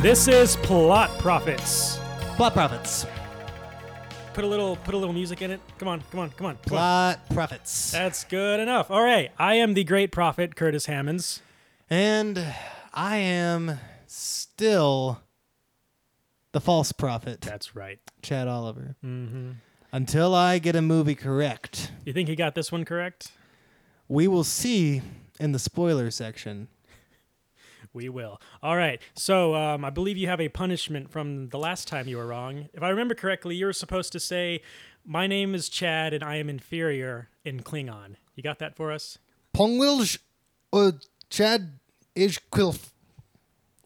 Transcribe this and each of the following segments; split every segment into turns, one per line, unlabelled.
This is Plot Profits.
Plot profits.
Put a little put a little music in it. Come on, come on, come on. Come on.
Plot profits.
That's good enough. All right. I am the great prophet Curtis Hammonds.
And I am still the false prophet,
That's right.
Chad Oliver. Mm-hmm. Until I get a movie correct,
You think he got this one correct?
we will see in the spoiler section.
We will. All right. So um, I believe you have a punishment from the last time you were wrong. If I remember correctly, you were supposed to say, "My name is Chad, and I am inferior" in Klingon. You got that for us?
Pongwilj or Chad Ishquilf.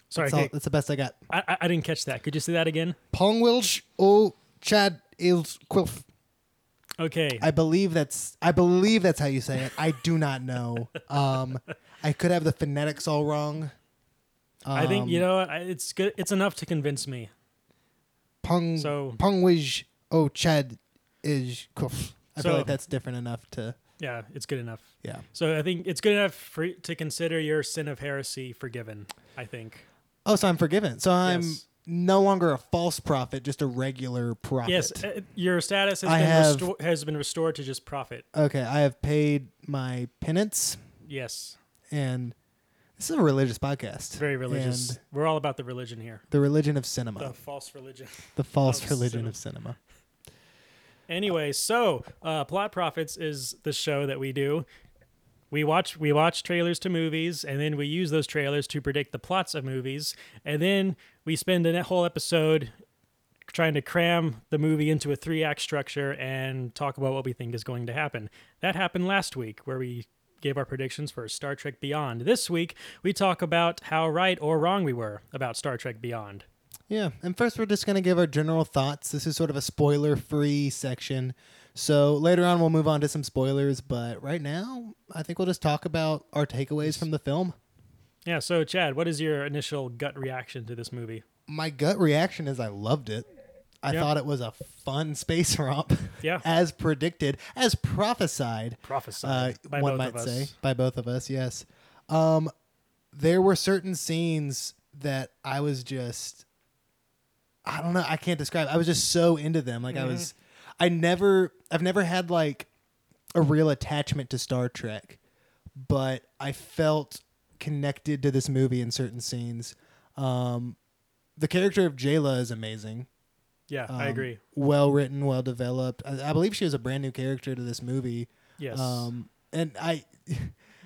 Sorry,
That's, all,
okay.
that's the best I got.
I, I- I didn't catch that. Could you say that again?
Pongwilj or Chad Ishquilf.
Okay.
I believe that's I believe that's how you say it. I do not know. Um, I could have the phonetics all wrong. Um,
I think you know what, I- it's good. It's enough to convince me.
Pong
So-
Pongwij oh Chad is Kuf. I
So-
feel like that's different enough to
Yeah, it's good enough.
yeah.
So I think it's good enough for, to consider your sin of heresy forgiven. I think.
Oh, so I'm forgiven. So I'm
Yes.
no longer a false prophet, just a regular prophet.
Yes, uh, your status has
I
been
have-
resto- has been restored to just profit.
Okay, I have paid my penance,
Yes,
and this is a religious podcast.
very religious.
And
We're all about the religion here.
the religion of cinema,
The
the,
false religion.
false
of
religion
cinema.
of cinema.
Anyway, so uh, Plot Profits is the show that we do. We watch we watch trailers to movies, and then we use those trailers to predict the plots of movies, and then we spend a whole episode trying to cram the movie into a three act structure and talk about what we think is going to happen. That happened last week, where we gave our predictions for Star Trek Beyond. This week, we talk about how right or wrong we were about Star Trek Beyond.
Yeah, and first we're just going to give our general thoughts. This is sort of a spoiler free section. So later on we'll move on to some spoilers, but right now I think we'll just talk about our takeaways from the film.
Yeah, so Chad, what is your initial gut reaction to this movie?
My gut reaction is I loved it. I
Yeah.
thought it was a fun space romp.
Yeah.
as predicted, as prophesied.
Prophesied
uh,
by
one
both
might
of us.
say by both of us. Yes, um, there were certain scenes that I was just, I don't know, I can't describe. I was just so into them. Like I was,
Mm-hmm.
I never, I've never had like a real attachment to Star Trek, but I felt connected to this movie in certain scenes. Um, the character of Jayla is amazing.
Yeah, I
Um,
agree.
Well written, well developed. I, I believe she was a brand new character to this movie.
Yes.
Um, and I.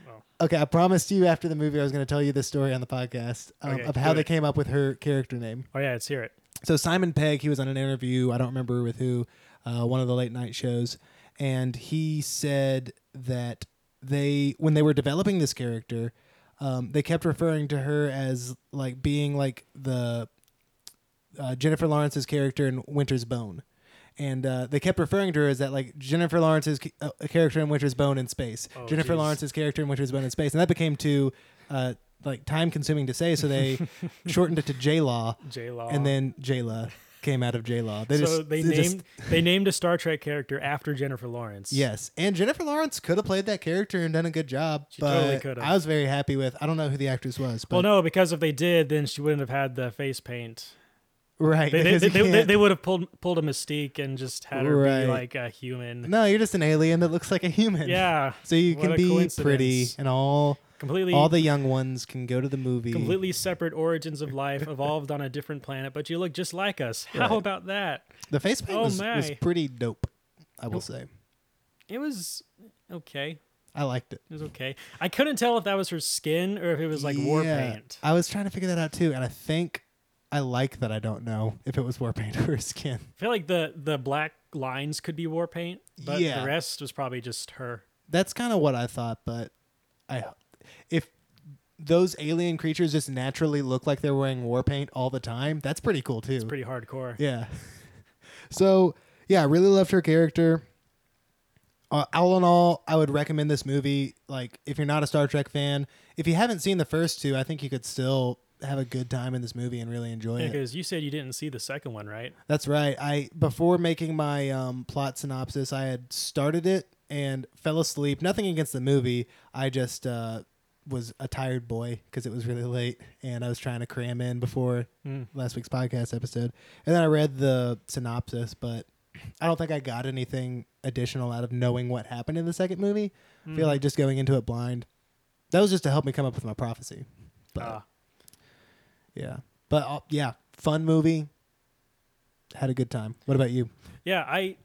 Wow.
Okay, I promised you after the movie I was going to tell you this story on the podcast um,
Okay,
of
do
how they
it.
came up with her character name.
oh yeah, let's hear it.
So Simon Pegg, he was on an interview, I don't remember with who, uh, one of the late night shows, and he said that they when they were developing this character, um, they kept referring to her as like being like the uh, Jennifer Lawrence's character in Winter's Bone. And uh, they kept referring to her as that, like Jennifer Lawrence's ca- uh, character in Winter's Bone in space, Jennifer
geez.
Lawrence's character in Winter's Bone in space, and that became too uh, like time-consuming to say, so they shortened it to J Law,
J Law.
and then Jayla came out of J Law. They
Uh-huh. so
just
they,
just-
named they named a Star Trek character after Jennifer Lawrence.
yes, and Jennifer Lawrence could have played that character and done a good job.
She
but
totally could have.
I was very happy with. I don't know who the actress was, but
Well, no, because if they did, then she wouldn't have had the face paint.
right.
They they,
because
they,
you
they,
can't-
would have pulled pulled a mystique and just had her
Right.
be like a human.
no, you're just an alien that looks like a human.
Yeah.
So you
What
can
a
be
coincidence.
pretty, and all
Completely
all the young ones can go to the movie.
completely separate origins of life, evolved on a different planet, but you look just like us. How
Right.
about that?
The face paint
Oh,
was, was
my.
pretty dope. I will say,
It was okay.
I liked it.
It was okay. I couldn't tell if that was her skin or if it was like war paint.
I was trying to figure that out too, and I think I like that. I don't know if it was war paint or skin.
I feel like the the black lines could be war paint, but
Yeah.
the rest was probably just her.
that's kind of what I thought, but I if those alien creatures just naturally look like they're wearing war paint all the time, that's pretty cool too.
Pretty hardcore.
yeah. so, yeah, I really loved her character. Uh, all in all, I would recommend this movie. Like, if you're not a Star Trek fan, if you haven't seen the first two, I think you could still have a good time in this movie and really enjoy it.
Because you said you didn't see the second one, right?
That's right. I before making my um, plot synopsis, I had started it and fell asleep. Nothing against the movie. I just uh, was a tired boy because it was really late and I was trying to cram in before last week's podcast episode. And then I read the synopsis, but I don't think I got anything additional out of knowing what happened in the second movie. I feel like just going into it blind. That was just to help me come up with my prophecy. But
Ah.
yeah. But uh, yeah, fun movie. Had a good time. What about you?
Yeah, I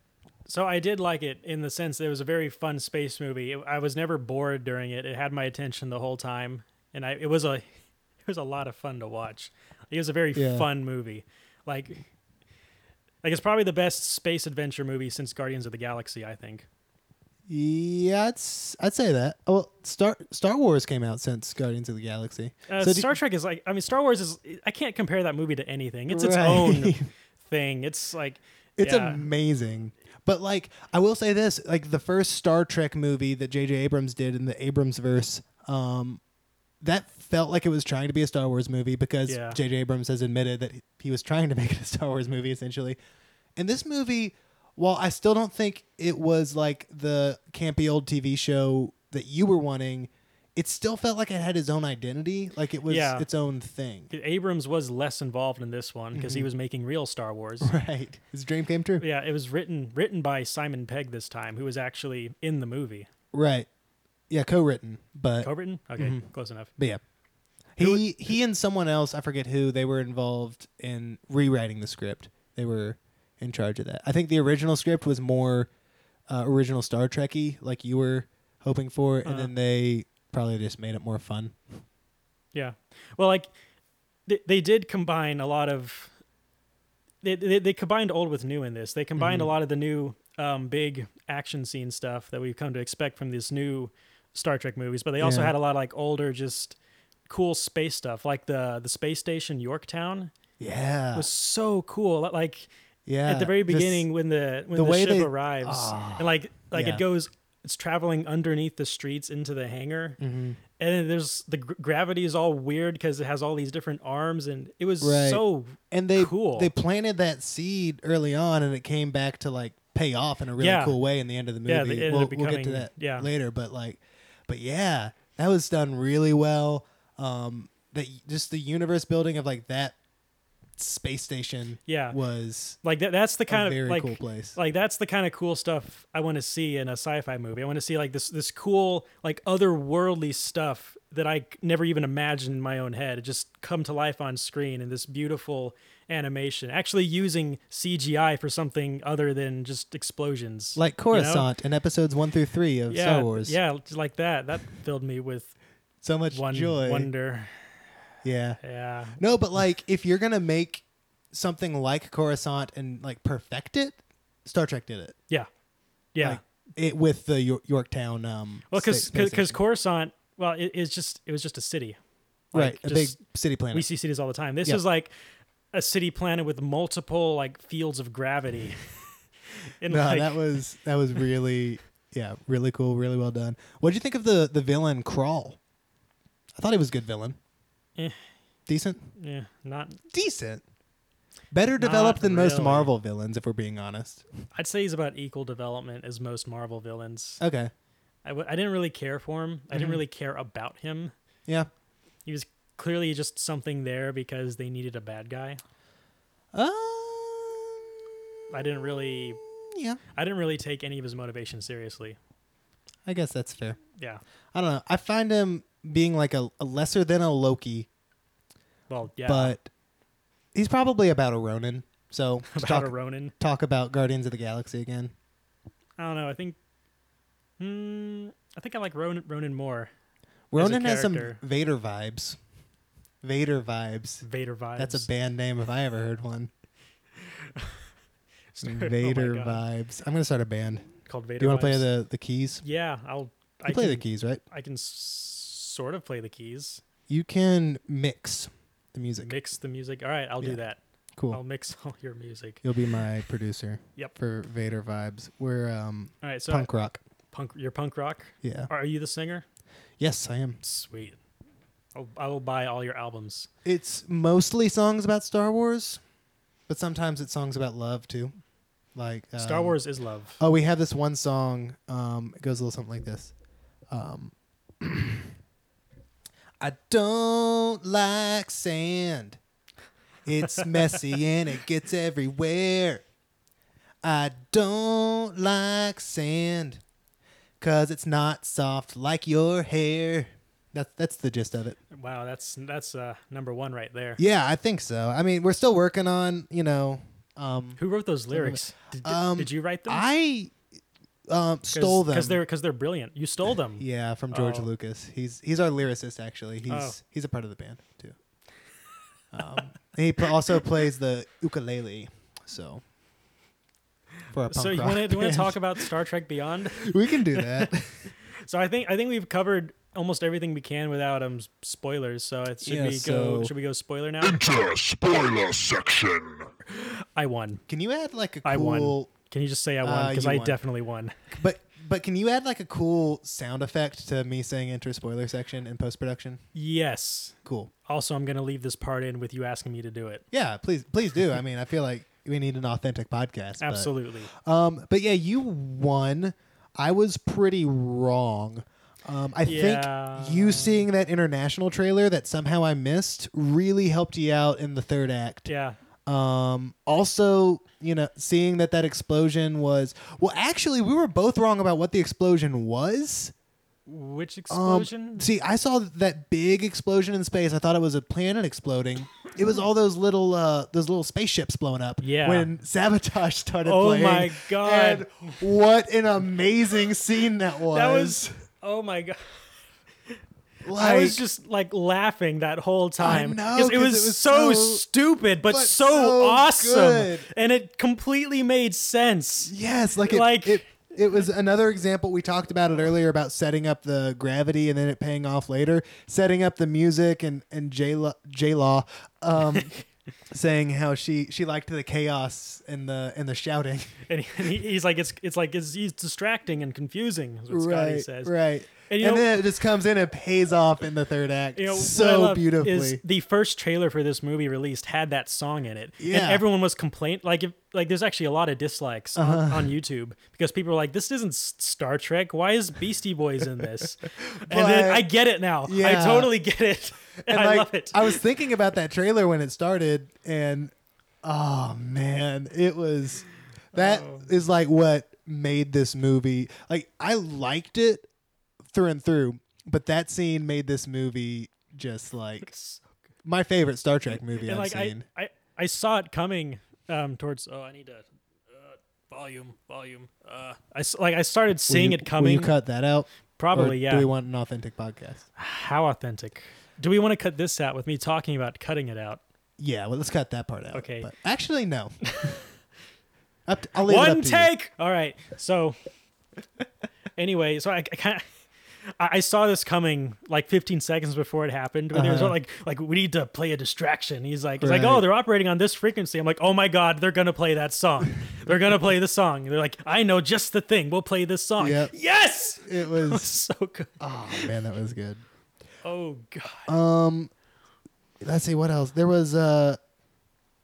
so I did like it in the sense that it was a very fun space movie. It- I was never bored during it. It had my attention the whole time, and I it was a it was a lot of fun to watch. It was a very
Yeah.
fun movie. Like like it's probably the best space adventure movie since Guardians of the Galaxy, I think.
Yeah, it's, I'd say that. Oh, Well, Star Star Wars came out since Guardians of the Galaxy.
Uh,
So do-
Star Trek is like I mean Star Wars is I can't compare that movie to anything. It's its
Right.
own thing. It's like
It's
yeah.
amazing. But like I will say this, like the first Star Trek movie that JJ Abrams did in the Abrams verse, um that felt like it was trying to be a Star Wars movie because
Yeah.
JJ Abrams has admitted that he- he was trying to make it a Star Wars movie essentially. And this movie, while I still don't think it was like the campy old TV show that you were wanting, it still felt like it had its own identity, like it was
Yeah.
its own thing.
Abrams was less involved in this one
Mm-hmm.
because he was making real Star Wars.
Right. His dream came true.
Yeah, it was written written by Simon Pegg this time, who was actually in the movie.
Right. Yeah, co-written, but
Co-written? Okay,
Mm-hmm.
close enough.
But yeah.
Who-
He he and someone else, I forget who, they were involved in rewriting the script. They were in charge of that. I think the original script was more uh, original Star Trekky, like you were hoping for,
Uh-huh.
and then they probably just made it more fun.
Yeah. Well, like they, they did combine a lot of they, they they combined old with new in this. They combined a lot of the new um, big action scene stuff that we've come to expect from these new Star Trek movies, but they also
Yeah.
had a lot of like older just cool space stuff like the the space station Yorktown
Yeah,
was so cool like
yeah.
at the very
This-
beginning when the when
the
the,
way
ship
they-
arrives
Ah,
and like like
yeah.
it goes it's traveling underneath the streets into the hangar
Mm-hmm.
and then there's the gr- gravity is all weird because it has all these different arms and it was
Right.
so
and they
cool.
they planted that seed early on, and it came back to like pay off in a really
Yeah.
cool way in the end of the movie.
Yeah, they ended
we'll,
up
we'll get to
becoming-
that
yeah.
later, but like, but yeah, that was done really well. Um, that just the universe building of like that space station,
Yeah.
was
like that that's the kind
very
of like
cool place.
like that's the kind of cool stuff I want to see in a sci-fi movie. I want to see like this this cool like otherworldly stuff that I c- never even imagined in my own head. It just come to life on screen in this beautiful animation. Actually using CGI for something other than just explosions.
like
you know?
Coruscant in episodes one through three of
Yeah,
Star Wars.
Yeah, just like that. That filled me with
so much
one
joy.
wonder.
Yeah,
Yeah.
No, but like if you're gonna make something like Coruscant and like perfect it, Star Trek did it.
Yeah. Yeah.
Like, it with the York- Yorktown. Um,
well,
spa-
cuz
space
cuz
station.
Coruscant, well, it, it's just it was just a city.
right,
like,
a
just-
big city planet.
We see cities all the time. This
Yeah.
is like a city planet with multiple like fields of gravity. and
no,
like,
that was that was really yeah, really cool, really well done. What would you think of the the villain Crawl? I thought he was a good villain.
Eh.
Decent,
yeah, not.
decent. Better developed
Not
than most
really.
Marvel villains, if we're being honest.
I'd say he's about equal development as most Marvel villains.
Okay,
I, w- I didn't really care for him. I
Mm-hmm.
didn't really care about him.
yeah.
He was clearly just something there because they needed a bad guy.
Um,
I didn't really,
yeah,
I didn't really take any of his motivation seriously.
I guess that's fair.
Yeah.
I don't know. I find him being like a, a lesser than a Loki,
Well, yeah.
but he's probably about a Ronin. So let's
about
talk,
a Ronin.
talk about Guardians of the Galaxy again.
I don't know. I think, hmm, I think I like Ronin, Ronin more.
Ronin has some
character.
Vader vibes. Vader vibes.
Vader vibes.
That's a band name if I ever heard one.
Sorry. Oh my
Vader
God.
vibes. I'm gonna start a band.
called Vader.
Do you want to play
vibes.
the the keys?
Yeah, I'll.
You
I
play
can,
the keys, right?
I can s- sort of play the keys,
You can mix the music.
mix the music. All right, I'll
Yeah.
do that. I'll
Cool.
mix all your music.
You'll be my producer.
Yep.
For Vader vibes, we're um
All right, so
punk rock.
punk, your punk rock.
Yeah.
Are you the singer?
Yes, I am.
Sweet. I'll, I will buy all your albums.
It's mostly songs about Star Wars, but sometimes it's songs about love too. Like um,
Star Wars is love.
Oh, we have this one song. Um, it goes a little something like this. Um, I don't like sand. It's messy and it gets everywhere. I don't like sand because it's not soft like your hair. That's that's the gist of it.
Wow, that's that's uh, number one right there.
Yeah, I think so. I mean, we're still working on, you know, um,
Who wrote those lyrics? Did, did-
Um,
did you write them?
I um, stole them.
because they're because they're brilliant. You stole them.
yeah, from George
Oh.
Lucas. He's he's our lyricist actually. He's he's a part of the band too. Um, he pl- also plays the ukulele. So for a punk
So you
rock
want to want
band.
to talk about Star Trek Beyond?
We can do that.
So I think I think we've covered almost everything we can without um s- spoilers. So it should
Yeah,
we
so-
go should we go spoiler now?
Enter spoiler section.
I won.
can you add like a
I won.
cool
Can you just say I won?
Uh,
Because
you
I
won.
definitely won.
but but can you add like a cool sound effect to me saying enter spoiler section in post production?
Yes.
Cool.
Also, I'm gonna leave this part in with you asking me to do it.
Yeah, please please do. I mean, I feel like we need an authentic podcast. but-
Absolutely.
Um, but yeah, you won. I was pretty wrong. Um, I
Yeah.
think you seeing that international trailer that somehow I missed really helped you out in the third act.
yeah.
Um, also, you know, seeing that that explosion was well, actually, we were both wrong about what the explosion was.
Which
Um,
explosion?
see, I saw that big explosion in space. I thought it was a planet exploding. It was all those little uh, those little spaceships blowing up.
Yeah.
When sabotage started
Oh
playing.
my God.
And what an amazing scene that was.
that was. Oh my god.
like,
I was just like laughing that whole time.
know,
'cause it
'cause
was,
it was
so,
so-
stupid, but,
but
so,
so
awesome,
good.
and it completely made sense.
yes, like it,
like-
it it was another example we talked about it earlier about setting up the gravity and then it paying off later, setting up the music and and J Law J Law um saying how she she liked the chaos and the and the shouting.
And, he, and he- he's like, it's it's like it's, he's distracting and confusing. Is what Scotty says.
Right.
And
And,
you know-
then it just comes in and pays off in the third act
You know, what I
so
love
beautifully.
Is the first trailer for this movie released had that song in it,
Yeah.
and everyone was complaint like if like there's actually a lot of dislikes on,
Uh-huh.
on YouTube because people were like, "This isn't S- Star Trek. Why is Beastie Boys in this?" and then
But-
I get it now. I
Yeah.
totally get it.
and
I
like,
love it.
I was thinking about that trailer when it started, and oh man, it was that is
Oh.
like what made this movie. Like I liked it through and through, but that scene made this movie just like my favorite Star Trek movie
and
I've
like I,
seen.
I I saw it coming um towards. Oh, I need to. Uh, Volume, volume. Uh, I s- like I started
Will
seeing
you-
it coming.
Will you cut that out? Or
probably, yeah.
Do we want an authentic podcast?
How authentic? Do we want to cut this out with me talking about cutting it out?
Yeah, well, let's cut that part out.
Okay.
But actually, no. up to, I'll leave it
One
up to you.
take. All right. So, anyway, so I, I kind of. I I saw this coming like 15 seconds before it happened. When they were
Uh-huh.
like, like we need to play a distraction. He's like, he's like,
Right.
oh, they're operating on this frequency. I'm like, oh my god, they're gonna play that song. they're gonna play the song. They're like, I know just the thing. We'll play this song.
Yep.
Yes,
It was.
so good.
oh man, that was good.
Oh god.
Um, let's see what else. There was uh,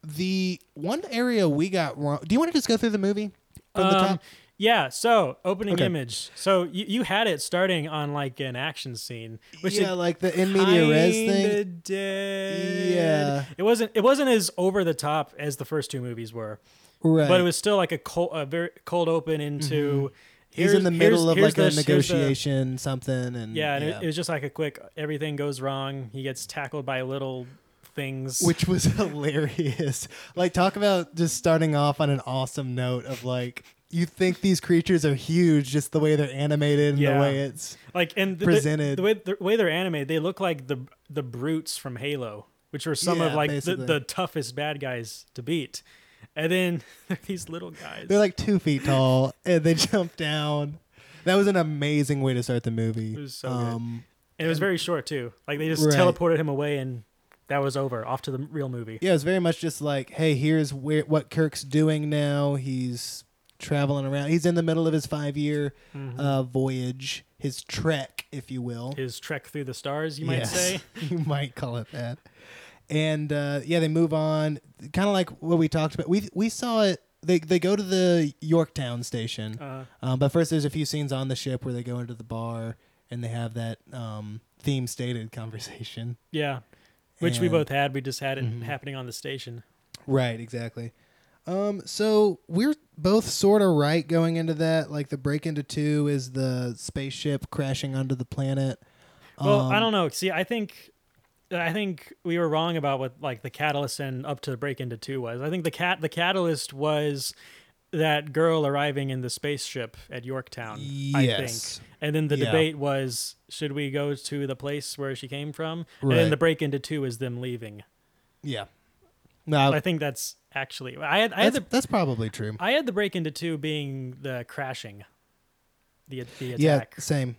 the one area we got wrong. Do you want to just go through the movie from the
Um,
top?
Yeah, so opening
Okay.
image. So you, you had it starting on like an action scene, which
yeah,
it
like the in media res
kinda
thing.
did.
Yeah.
it wasn't it wasn't as over the top as the first two movies were,
Right. Mm-hmm.
but it was still like a cold a very cold open into.
He's in the
here's-
middle of
here's
like a
this, here's the-
negotiation, something, and
yeah, and It, it was just like a quick everything goes wrong. He gets tackled by little things.
which was hilarious. Like, talk about just starting off on an awesome note of like, you think these creatures are huge just the way they're animated and
Yeah.
the way it's.
like and the,
presented.
the, way the way they're animated, they look like the the brutes from Halo, which were some of
Yeah,
like the,
basically.
the toughest bad guys to beat. And then there are these little guys.
They're like two feet tall and they jump down. That was an amazing way to start the movie. Um,
It was so good. and it was very short too. Like they just
Right.
teleported him away, and that was over. Off to the real movie.
Yeah, it was very much just like, hey, here's where what Kirk's doing now. He's traveling around. He's in the middle of his five year
Mm-hmm.
uh, voyage, his trek, if you will.
His trek through the stars, you might
Yes.
say.
you might call it that. And uh, yeah, they move on, kind of like what we talked about. We we saw it. They they go to the Yorktown station,
Uh,
um, but first there's a few scenes on the ship where they go into the bar and they have that um, theme stated conversation.
Yeah. Which we
And- Mm-hmm.
both had. We just had it happening on the station.
Right, exactly. Um, so we're both sort of right going into that. Like the break into two is the spaceship crashing onto the planet.
Well, I
Um,
don't know. See, I think I think we were wrong about what like the catalyst and up to the break into two was. I think the cat the catalyst was that girl arriving in the spaceship at Yorktown.
Yes.
I think. And then the
Yeah.
debate was should we go to the place where she came from? And then
Right.
the break into two is them leaving.
Yeah. No,
I think that's actually I had I had
that's,
the
that's probably true.
I had the break into two being the crashing. The the
Yeah,
attack.
same,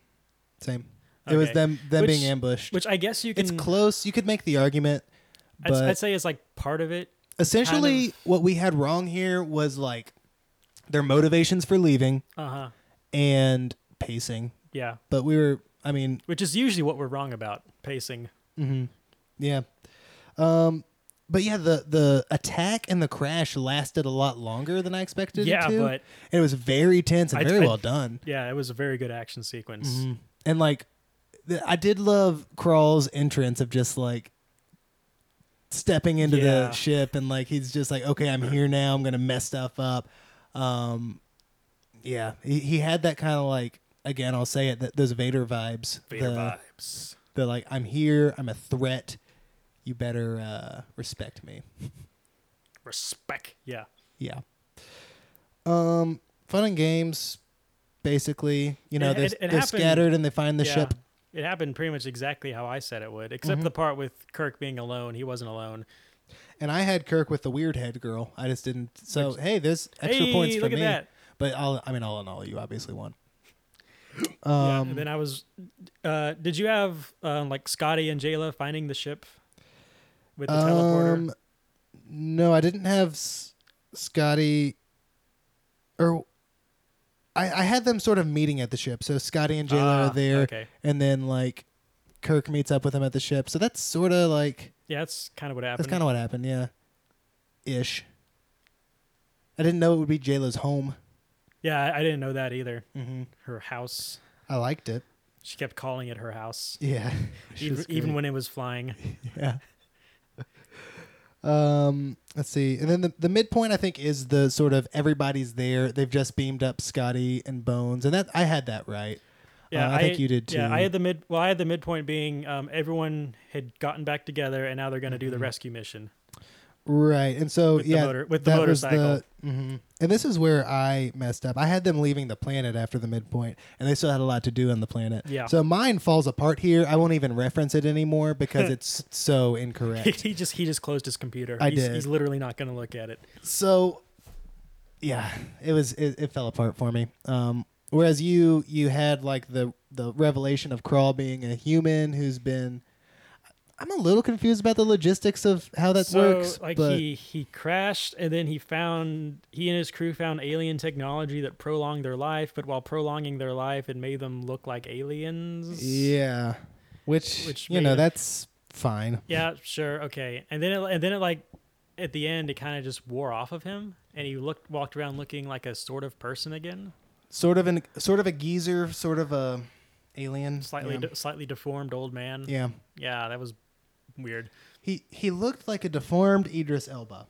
same. It was
Okay.
them them
Which-
being ambushed.
Which I guess you can
it's close. You could make the argument,
I'd,
but
I'd say it's like part of it.
essentially what we had wrong here was like their motivations for leaving
Uh huh.
and pacing.
Yeah.
But we were, I mean,
which is usually what we're wrong about pacing.
yeah. Um, but yeah, the the attack and the crash lasted a lot longer than I expected.
Yeah,
it to.
but-
and it was very tense and
I-
very
I-
well done.
Yeah, it was a very good action sequence.
Mm-hmm. And like, th- I did love Crawl's entrance of just like stepping into
Yeah.
the ship and like he's just like, okay, I'm here now. I'm gonna mess stuff up. Um, yeah, he, he had that kind of like again, I'll say it that those Vader vibes.
Vader
the,
vibes.
the like, I'm here. I'm a threat. You better uh, respect me.
Respect. Yeah.
Yeah. Um, fun and games, basically. You know,
It-
they're,
it- it
they're
happened-
scattered and they find the
yeah.
ship. Mm-hmm.
It happened pretty much exactly how I said it would, except the part with Kirk being alone. He wasn't alone.
And I had Kirk with the weird head girl. I just didn't. So hey, there's extra
Hey,
points for
look at
me.
that.
But all, I mean, all in all, you obviously won.
yeah.
Um,
And then I was. Uh, did you have uh, like Scotty and Jayla finding the ship with the teleporter?
Um, no, I didn't have S- Scotty. Or I, I had them sort of meeting at the ship. So Scotty and Jayla
Ah,
are there,
okay.
and then like Kirk meets up with them at the ship. So that's sort of like.
Yeah, that's kind of what happened.
That's kind of what happened, yeah. Ish. I didn't know it would be JLo's home.
yeah, I, I didn't know that either. Mm-hmm. Her house.
I liked it.
She kept calling it her house,
Yeah.
even, even when it was flying.
Yeah. um, let's see. And then the, the midpoint, I think, is the sort of everybody's there. They've just beamed up Scotty and Bones. And that I had that right.
Yeah,
Uh, I, think you did too.
Yeah, I had the mid. Well, I had the midpoint being um, everyone had gotten back together, and now they're going to do
Mm-hmm.
the rescue mission.
Right, and so
With the
yeah,
motor- with the
that was
motorcycle.
the- mhm. And this is where I messed up. I had them leaving the planet after the midpoint, and they still had a lot to do on the planet.
Yeah.
So mine falls apart here. I won't even reference it anymore because it's so incorrect.
he just he just closed his computer.
I
he's,
did.
he's literally not going to look at it.
so, yeah, it was it, it fell apart for me. Um, whereas you you had like the the revelation of Crawl being a human who's been. I'm a little confused about the logistics of how that
so
works.
like
but
he he crashed, and then he found he and his crew found alien technology that prolonged their life, but while prolonging their life, it made them look like aliens.
Yeah, which,
Which
you
made
know
it-
that's fine.
Yeah, sure, okay. And then it, and then it like at the end, it kind of just wore off of him, and he looked walked around looking like a sort of person again,
Sort of an sort of a geezer, sort of a alien.
slightly
yeah.
de- slightly deformed old man.
yeah.
Yeah, that was weird.
He he looked like a deformed Idris Elba.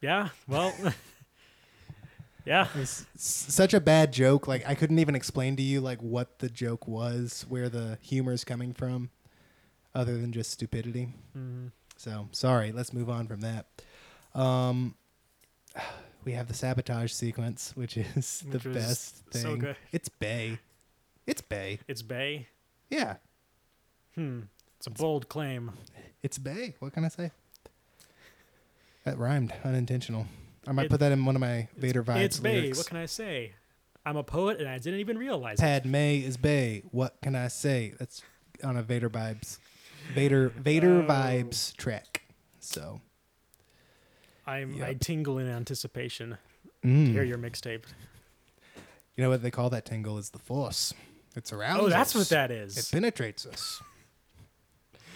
Yeah, well, yeah,
S- such a bad joke. Like I couldn't even explain to you like what the joke was, where the humor's coming from, other than just stupidity. Mm-hmm. So sorry. Let's move on from that. Um, we have the sabotage sequence, which is the
Which was
best thing.
so good.
It's Bay. It's Bay.
it's Bay. Hmm.
Yeah.
It's a bold claim.
It's Bay. What can I say? That rhymed, unintentional. I might
It-
put that in one of my Vader vibes.
it's Bay.
lyrics.
What can I say? I'm a poet, and I didn't even realize it.
Padme is Bay. What can I say? That's on a Vader vibes, Vader Vader
Oh.
vibes track. So
I'm I
Yep.
tingle in anticipation.
Hmm.
to Hear your mixtape.
you know what they call that tingle is the Force. It's around.
Oh, that's
us.
what that is.
It penetrates us.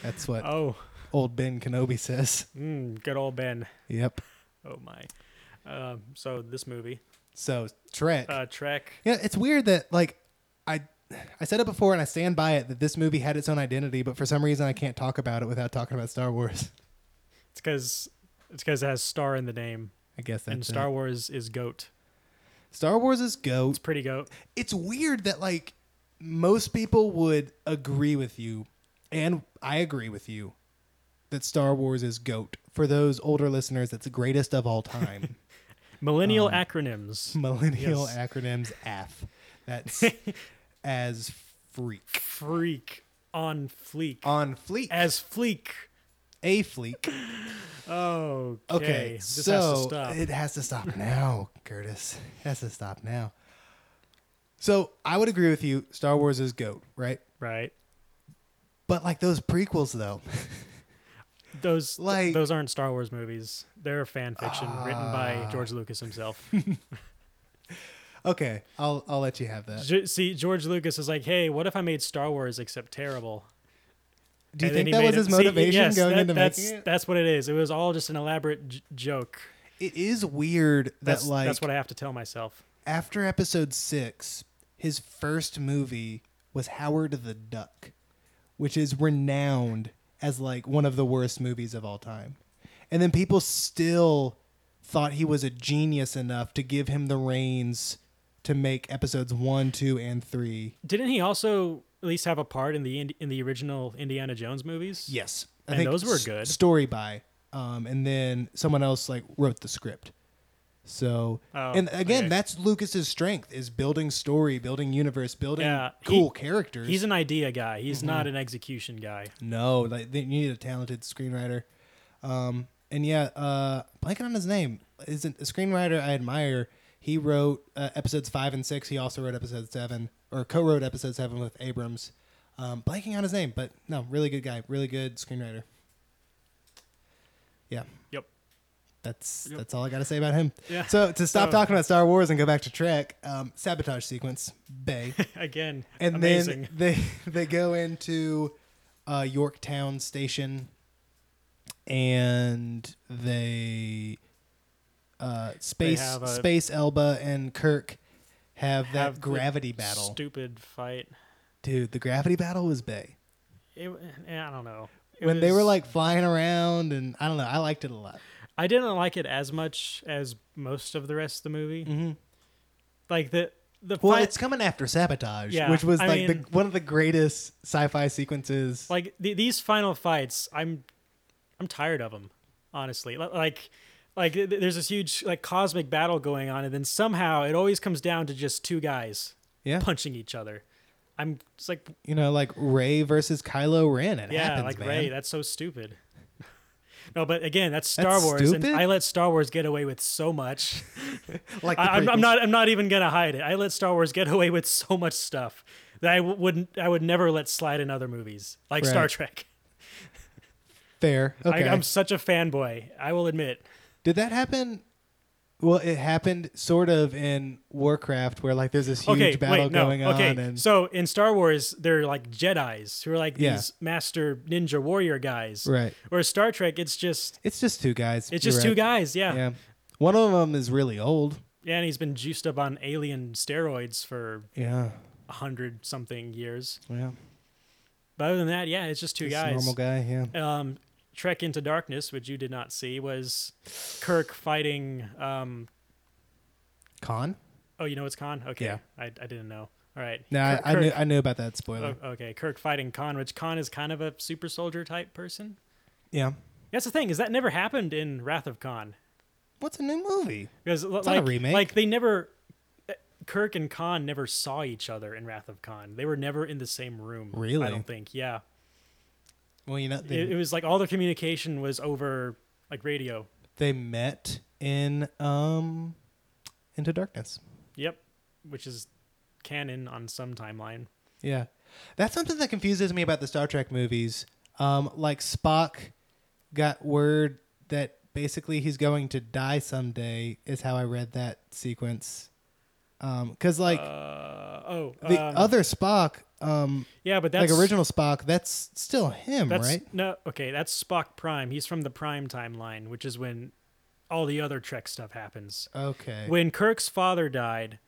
That's what
oh,
old Ben Kenobi says.
mm, good old Ben.
Yep.
Oh my. Um, so this movie,
So Trek.
uh, Trek.
Yeah, it's weird that like I I said it before and I stand by it that this movie had its own identity, but for some reason I can't talk about it without talking about Star Wars.
It's because it's because it has star in the name,
I guess that's
and Star
it.
Wars is goat.
Star Wars is goat.
It's pretty goat.
It's weird that like most people would agree with you, and I agree with you that Star Wars is goat. For those older listeners, that's greatest of all time. Um,
Millennial acronyms.
Millennial
Yes.
acronyms AF. That's as freak
Freak on fleek.
on fleek
As fleek.
a fleek.
Oh.
Okay,
This
so
has to stop.
it has to stop now, Curtis. It has to stop now. So I would agree with you. Star Wars is goat, right?
right.
But like those prequels, though,
Those
Like-
those aren't Star Wars movies. They're fan fiction written
Ah.
by George Lucas himself.
Okay, I'll I'll let you have that.
Ge- See, George Lucas is like, hey, what if I made Star Wars except terrible?
Do you
And then
think
he
that
made
was
it-
his
see,
motivation
yes,
going
that-
into
that's,
making it?
That's what it is. It was all just an elaborate j- joke.
It is weird that
That's
like
that's what I have to tell myself.
after episode six, his first movie was Howard the Duck, which is renowned as like one of the worst movies of all time. And then people still thought he was a genius enough to give him the reins to make episodes one, two, and three.
Didn't he also at least have a part in the Ind- in the original Indiana Jones movies?
Yes,
And those were
s-
good.
Story by, um, and then someone else like wrote the script. So,
Oh,
and again,
okay.
that's Lucas's strength is building story, building universe, building
Yeah, he-
cool characters.
He's an idea guy. He's
Mm-hmm.
not an execution guy.
no, like they, you need a talented screenwriter. Um, and yeah, uh, blanking on his name isn't a screenwriter I admire. He wrote uh, episodes five and six. He also wrote episode seven or co-wrote episode seven with Abrams. Um, blanking on his name, but no, really good guy, really good screenwriter. Yeah.
Yep.
That's
Yep.
that's all I got to say about him.
Yeah.
So to stop
So-
talking about Star Wars and go back to Trek, um, sabotage sequence, Bay,
Again,
and
amazing.
then they they go into uh, Yorktown Station, and they uh, space
have a-
space Elba and Kirk have that
Have the
gravity battle.
Stupid fight.
Dude, the gravity battle was Bay.
It, I don't know. It
When they were
was-
like flying around, and I don't know, I liked it a lot.
I didn't like it as much as most of the rest of the movie. Like the the
Mm-hmm. Well,
fight,
it's coming after sabotage,
Yeah,
which was
I
like
mean-
the, one of the greatest sci-fi sequences.
like the, these final fights i'm i'm tired of them honestly Li- like like th- there's this huge like cosmic battle going on and then somehow it always comes down to just two guys
yeah,
punching each other i'm it's like
you know, like Ray versus Kylo Ren. It
yeah
happens,
like
man.
ray that's so stupid no but again that's star
That's
wars
stupid?
and i let star wars get away with so much
Like the
I, I'm, I'm
prequels.
not i'm not even gonna hide it i let star wars get away with so much stuff that i w- wouldn't i would never let slide in other movies like star
Right.
trek
fair. Okay,
I, i'm such a fanboy i will admit
did that happen? Well, it happened sort of in Warcraft, where like there's this huge battle going
okay.
on, and
So in Star Wars, they're like Jedi's who are like
Yeah.
these master ninja warrior guys.
Right.
Whereas Star Trek, it's just
it's just two guys.
it's
You're
just two
right.
guys. Yeah. yeah.
Yeah, one of them is really old.
and he's been juiced up on alien steroids for
Yeah,
a hundred something years.
yeah,
But other than that, yeah, it's just two
Just a
guys.
normal guy. Yeah,
Um, Trek into Darkness, which you did not see, was Kirk fighting. Um,
Khan.
oh, you know it's Khan. Okay,
Yeah.
I, I didn't know. All right.
No, I,
Kirk-
I knew
Kirk-
I knew about that spoiler.
oh, okay, Kirk fighting Khan, which Khan is kind of a super soldier type person.
yeah,
That's the thing is that never happened in Wrath of Khan
what's a new movie?
because l-
not
like
a remake.
like they never uh, Kirk and Khan never saw each other in Wrath of Khan. They were never in the same room. I
Really?
don't think. Yeah,
Well, you know, they,
it, it was like all their communication was over like radio.
they met in um Into Darkness.
Yep, which is canon on some timeline.
Yeah. That's something that confuses me about the Star Trek movies. Um like Spock got word that basically he's going to die someday is how I read that sequence. Um cuz like
Uh, oh,
the
um,
other Spock um
yeah, but that's
like original Spock that's still him,
That's
right?
no okay. That's Spock Prime. He's from the Prime timeline, which is when all the other Trek stuff happens.
Okay.
when Kirk's father died,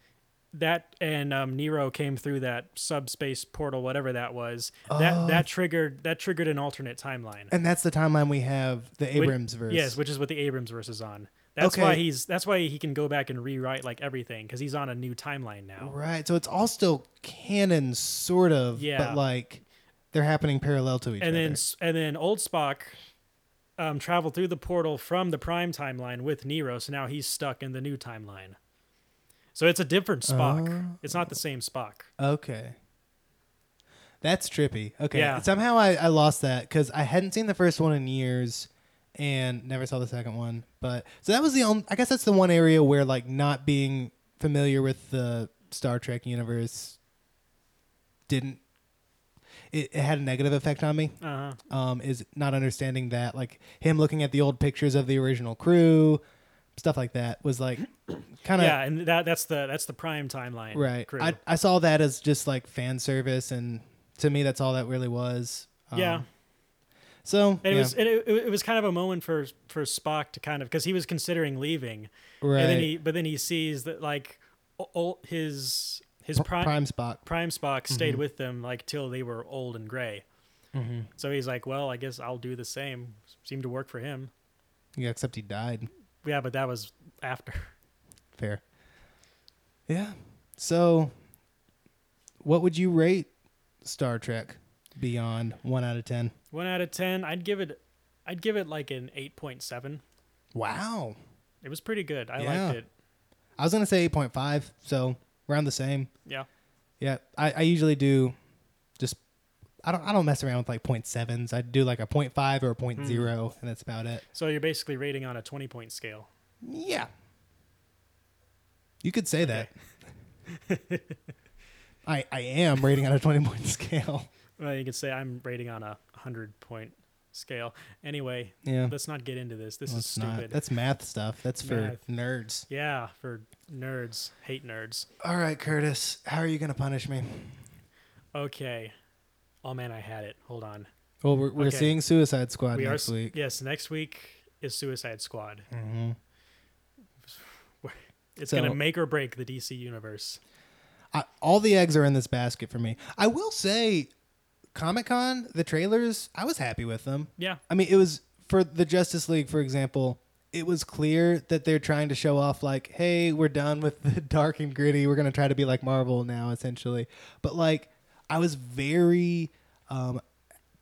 that and um, Nero came through that subspace portal, whatever that was. That
Oh.
that triggered that triggered an alternate timeline.
And that's the timeline we have the
Which-
Abrams verse.
Yes, which is what the Abrams verse is on. That's why
Okay.
he's that's why he can go back and rewrite like everything because he's on a new timeline now.
Right. So it's all still canon, sort of.
Yeah.
But like, they're happening parallel to each
and
other.
then s- and then old Spock um, traveled through the portal from the prime timeline with Nero, so now he's stuck in the new timeline. So it's a different Spock.
Uh,
it's not the same Spock.
Okay. That's trippy. Okay.
Yeah.
Somehow I, I lost that because I hadn't seen the first one in years and never saw the second one. But so that was the only, I guess that's the one area where like not being familiar with the Star Trek universe didn't, it, it had a negative effect on me.
Uh-huh.
Um, is not understanding that like him looking at the old pictures of the original crew, stuff like that was like kind of
Yeah, and that that's the that's the prime timeline.
right
Crew.
I, I saw that as just like fan service and to me that's all that really was Um,
yeah.
so
And it
yeah,
was and it, it it was kind of a moment for for Spock to kind of because he was considering leaving,
right
and then he but then he sees that like o- o- his his prime
prime spot
Prime Spock stayed
Mm-hmm.
with them like till they were old and gray. So he's like, well, I guess I'll do the same. Seemed to work for him.
yeah except he died
Yeah, but that was after.
fair yeah so what would you rate star trek beyond one out of ten
One out of ten, I'd give it. I'd give it like an eight point seven.
wow
It was pretty good. I
Yeah.
liked it.
i was gonna say 8.5 so around the same
Yeah.
yeah i, I usually do just I don't, I don't mess around with like 0.7s. I do like a 0.5 or a
Hmm.
0.0, and that's about it.
So you're basically rating on a twenty point scale.
Yeah. You could say that. I I am rating on a 20 point scale.
Well, you could say I'm rating on a hundred point scale. Anyway,
Yeah.
let's not get into this. This is
That's
stupid.
not. That's math stuff. That's for
Math.
nerds.
yeah, for nerds, hate nerds.
All right, Curtis. How are you going to punish me?
Okay. Oh man, I had it. Hold on.
Well, we're, we're
Okay.
seeing Suicide Squad
we
next
are,
week.
Yes, next week is Suicide Squad.
Mhm.
It's
So-
gonna make or break the DC universe.
I, all the eggs are in this basket for me. I will say, Comic Con, the trailers, I was happy with them.
Yeah,
I mean, it was for the Justice League, for example. It was clear that they're trying to show off, like, hey, we're done with the dark and gritty. We're gonna try to be like Marvel now, essentially. But like, I was very um,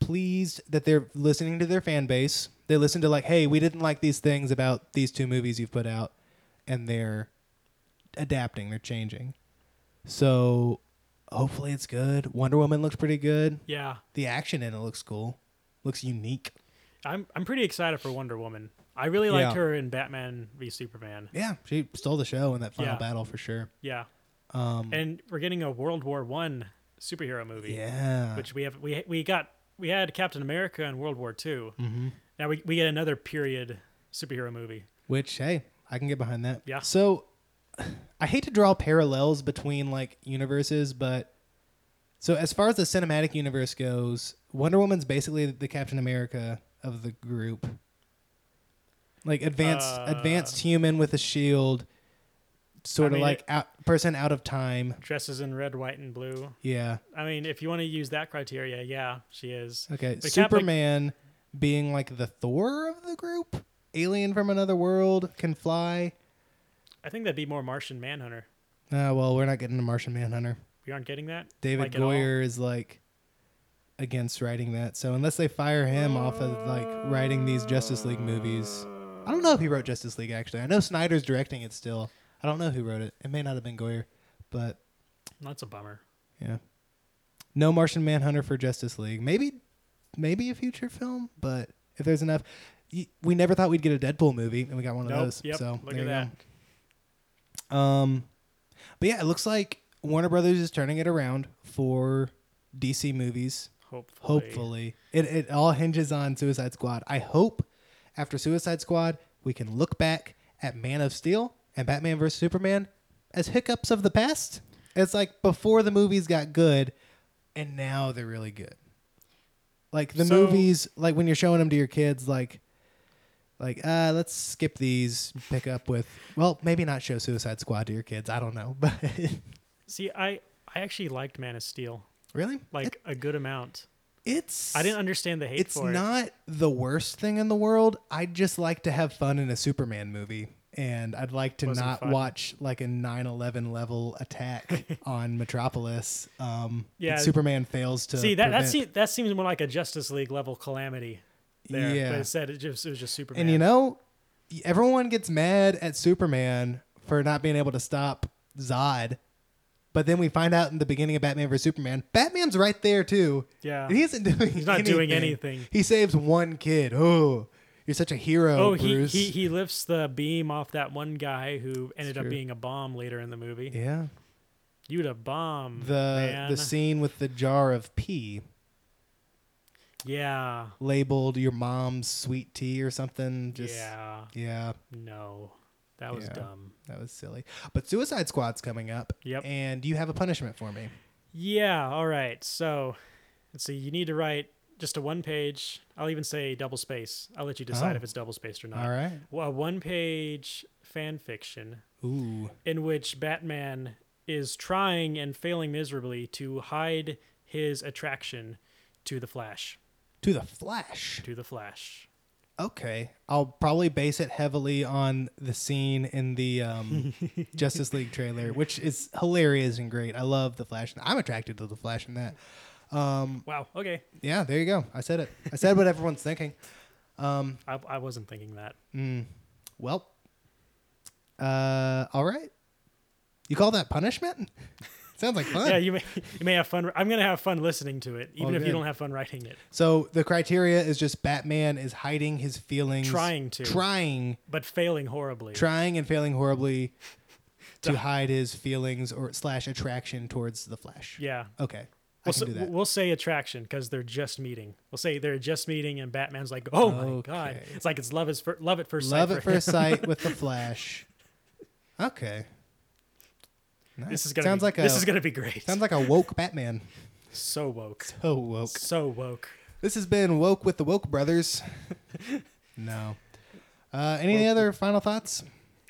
pleased that they're listening to their fan base. They listen to like, hey, we didn't like these things about these two movies you've put out, and they're adapting. They're changing. So hopefully it's good. Wonder Woman looks pretty good.
yeah.
The action in it looks cool. Looks unique.
I'm I'm pretty excited for Wonder Woman. I really liked
Yeah.
her in Batman v Superman.
Yeah, she stole the show in that final
Yeah.
battle for sure.
Yeah,
Um,
and we're getting a World War One superhero movie.
yeah,
which we have we we got we had Captain America in World War II. Mm-hmm. Now we we get another period superhero movie.
which hey, I can get behind that.
Yeah.
So, I hate to draw parallels between like universes, but so as far as the cinematic universe goes, Wonder Woman's basically the Captain America of the group. Like advanced,
Uh.
advanced human with a shield, sort
mean,
of like out, person out of time.
Dresses in red, white, and blue.
Yeah.
I mean, if you want to use that criteria, yeah, she is. But
Okay,
Cap- like-
Superman being like the Thor of the group, alien from another world, can fly.
I think that'd be more Martian Manhunter.
Ah, well, we're not getting a Martian Manhunter.
We aren't getting that.
David
Like, at all?
Goyer is like against writing that, so unless they fire him off of like writing these Justice League movies, I don't know if he wrote Justice League. Actually, I know Snyder's directing it still. I don't know who wrote it. It may not have been Goyer, but
That's a bummer.
yeah, no Martian Manhunter for Justice League. Maybe, maybe a future film, but if there's enough, y- we never thought we'd get a Deadpool movie, and we got one of
Nope.
those.
Yep.
So
Look
there
at
you
that.
go. Um, but yeah, it looks like Warner Brothers is turning it around for DC movies.
Hopefully.
Hopefully, it it all hinges on Suicide Squad. I hope after Suicide Squad we can look back at Man of Steel and Batman vs Superman as hiccups of the past. It's like before the movies got good, and now they're really good. Like the
So-
movies, like when you're showing them to your kids, like like uh, let's skip these, pick up with well, maybe not show Suicide Squad to your kids. I don't know, but
See, I I actually liked Man of Steel
really,
like a good amount.
it's
I didn't understand the hate
It's
for it.
not the worst thing in the world. I just like to have fun in a Superman movie. And I'd like to
Wasn't
not
fun.
watch like a 9/11 level attack on Metropolis. Um, that
Yeah.
Superman fails to
See that that
prevent.
seems that seems more like a Justice League level calamity. There,
Yeah.
but instead it just it was just Superman.
And you know, everyone gets mad at Superman for not being able to stop Zod. But then we find out in the beginning of Batman vs Superman, Batman's right there too.
Yeah.
And he isn't doing
He's not doing anything.
He saves one kid. Oh, you're such a hero,
oh, he,
Bruce.
he he lifts the beam off that one guy who ended up
true.
being a bomb later in the movie.
yeah.
You'd a bomb.
The
man.
the scene with the jar of pee
yeah
labeled your mom's sweet tea or something. Just
yeah
yeah.
no that was
Yeah.
dumb.
That was silly. But Suicide Squad's coming up.
Yep.
And you have a punishment for me.
Yeah, all right. So let's see, you need to write just a one page, I'll even say double space. I'll let you decide
Oh.
if it's double spaced or not.
All right.
Well, a one page fan fiction
Ooh.
in which Batman is trying and failing miserably to hide his attraction to the Flash.
To the Flash.
To the Flash.
Okay, I'll probably base it heavily on the scene in the um, Justice League trailer, which is hilarious and great. I love the Flash. I'm attracted to the Flash in that. Mm.
Wow. Okay.
Yeah, there you go. I said it. I said what everyone's thinking.
I, I wasn't thinking that.
Well, uh, all right. You call that punishment? Sounds like fun.
Yeah, you may you may have fun. I'm gonna have fun listening to it, even
Oh,
if you
good.
don't have fun writing it.
so the criteria is just Batman is hiding his feelings,
Trying to.
trying,
But failing horribly.
trying, and failing horribly to hide his feelings or slash attraction towards the Flash.
yeah.
Okay. I
We'll,
can
s-
do that.
we'll say attraction because they're just meeting. We'll say they're just meeting, and Batman's like, "Oh my god!"
Okay.
It's like it's love is fir- love at first
Love
sight.
at
for him.
first sight with the Flash. Okay. Nice.
This is gonna
sounds
be,
like a
this is gonna be great.
sounds like a woke Batman.
so woke,
Oh woke.
so woke.
This has been woke with the woke brothers. no. Uh, any other final thoughts?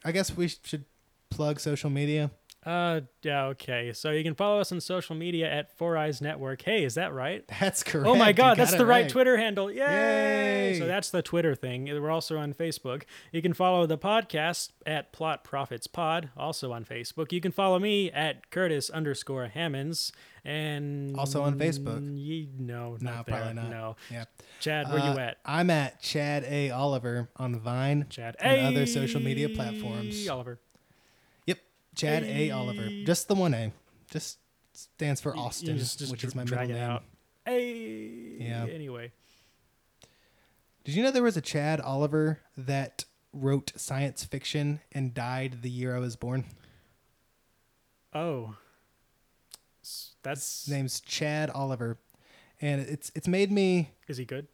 I guess we sh- should plug social media.
Uh, yeah, okay. So you can follow us on social media at Four Eyes Network. Hey, is that right?
That's correct.
Oh my
You
God,
got
that's
it
the right, Twitter handle. Yay!
Yay!
So that's the Twitter thing. We're also on Facebook. You can follow the podcast at Plot Profits Pod, also on Facebook. You can follow me at Curtis underscore Hammonds. And
Also on Facebook.
Ye- no,
No,
not there.
probably not.
No.
Yeah.
Chad, where you
Uh,
at?
I'm at Chad A. Oliver on Vine
Chad.
and other social media
Hey,
platforms.
Oliver.
Yep, Chad A. Oliver. Just the one A. Just stands for Austin,
You just, just
which
dr-
is my
drag
middle
it
name.
out. Hey.
Yeah.
Anyway.
Did you know there was a Chad Oliver that wrote science fiction and died the year I was born?
Oh. S- That's
His name's Chad Oliver, and it's it's made me.
is he good?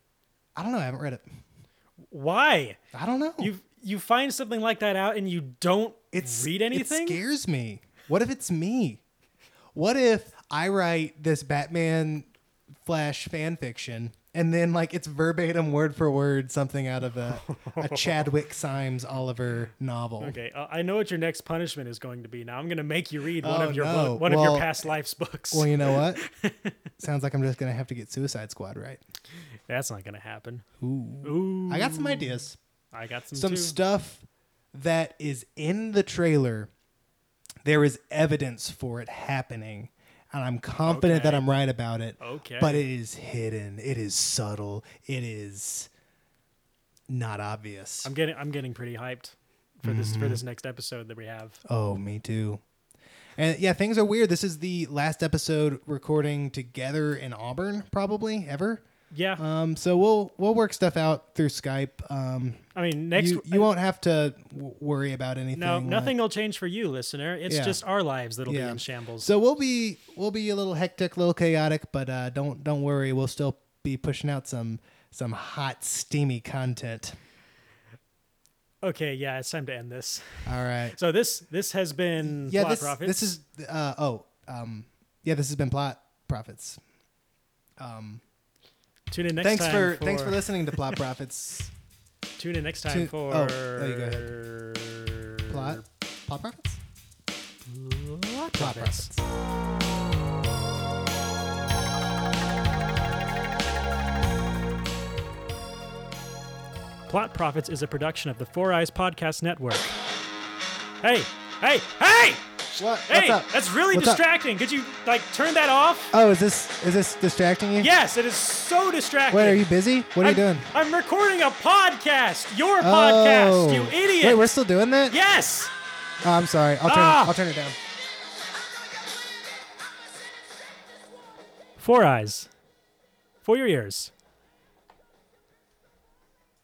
I don't know. I haven't read it.
Why?
I don't know.
You you find something like that out and you don't
it's
read anything?
It scares me. What if it's me? What if I write this Batman Flash fan fiction and then like it's verbatim word for word something out of a, a Chadwick Symes Oliver novel?
Okay, uh, I know what your next punishment is going to be. Now I'm going to make you read one
Oh,
of your
no.
book- one of
Well-
your past life's books.
Well, you know what? Sounds like I'm just gonna have to get Suicide Squad right.
That's not going to happen.
Ooh.
Ooh,
I got some ideas.
I got some,
Some
too.
stuff that is in the trailer. There is evidence for it happening. And I'm confident that
Okay.
I'm right about it.
Okay.
But it is hidden. It is subtle. It is not obvious.
I'm getting I'm getting pretty hyped for this
Mm-hmm.
for this next episode that we have.
Oh, me too. And yeah, things are weird. This is the last episode recording together in Auburn, probably ever.
Yeah.
Um, so we'll we'll work stuff out through Skype. Um,
I mean, next
you, you won't have to w- worry about anything.
No,
like-
nothing will change for you, listener. It's
Yeah.
just our lives that'll be
yeah.
in shambles.
So we'll be we'll be a little hectic, a little chaotic, but uh, don't don't worry. We'll still be pushing out some some hot, steamy content.
okay, yeah, it's time to end this.
All right.
So this this has been
Yeah.
Plot
This,
Profits.
this is uh, oh um yeah. This has been plot profits.
tune in next
thanks
time.
for, thanks for listening to plot profits.
Tune in next time
Tune-
for
oh, there you Plot, plot profits.
Plot
Plot
profits.
profits.
Plot Profits is a production of the Four Eyes Podcast Network. Hey, hey, hey!
What?
Hey,
What's up?
that's really
What's up?
distracting. Could you like turn that off?
Oh, is this is this distracting you?
Yes, it is so distracting.
Wait, are you busy? What are
I'm,
you doing?
I'm recording a podcast. Your podcast, you idiot.
Oh. Wait, we're still doing that?
yes.
Oh, I'm sorry. I'll turn
Ah!
it, I'll turn it down.
Four eyes. For your ears.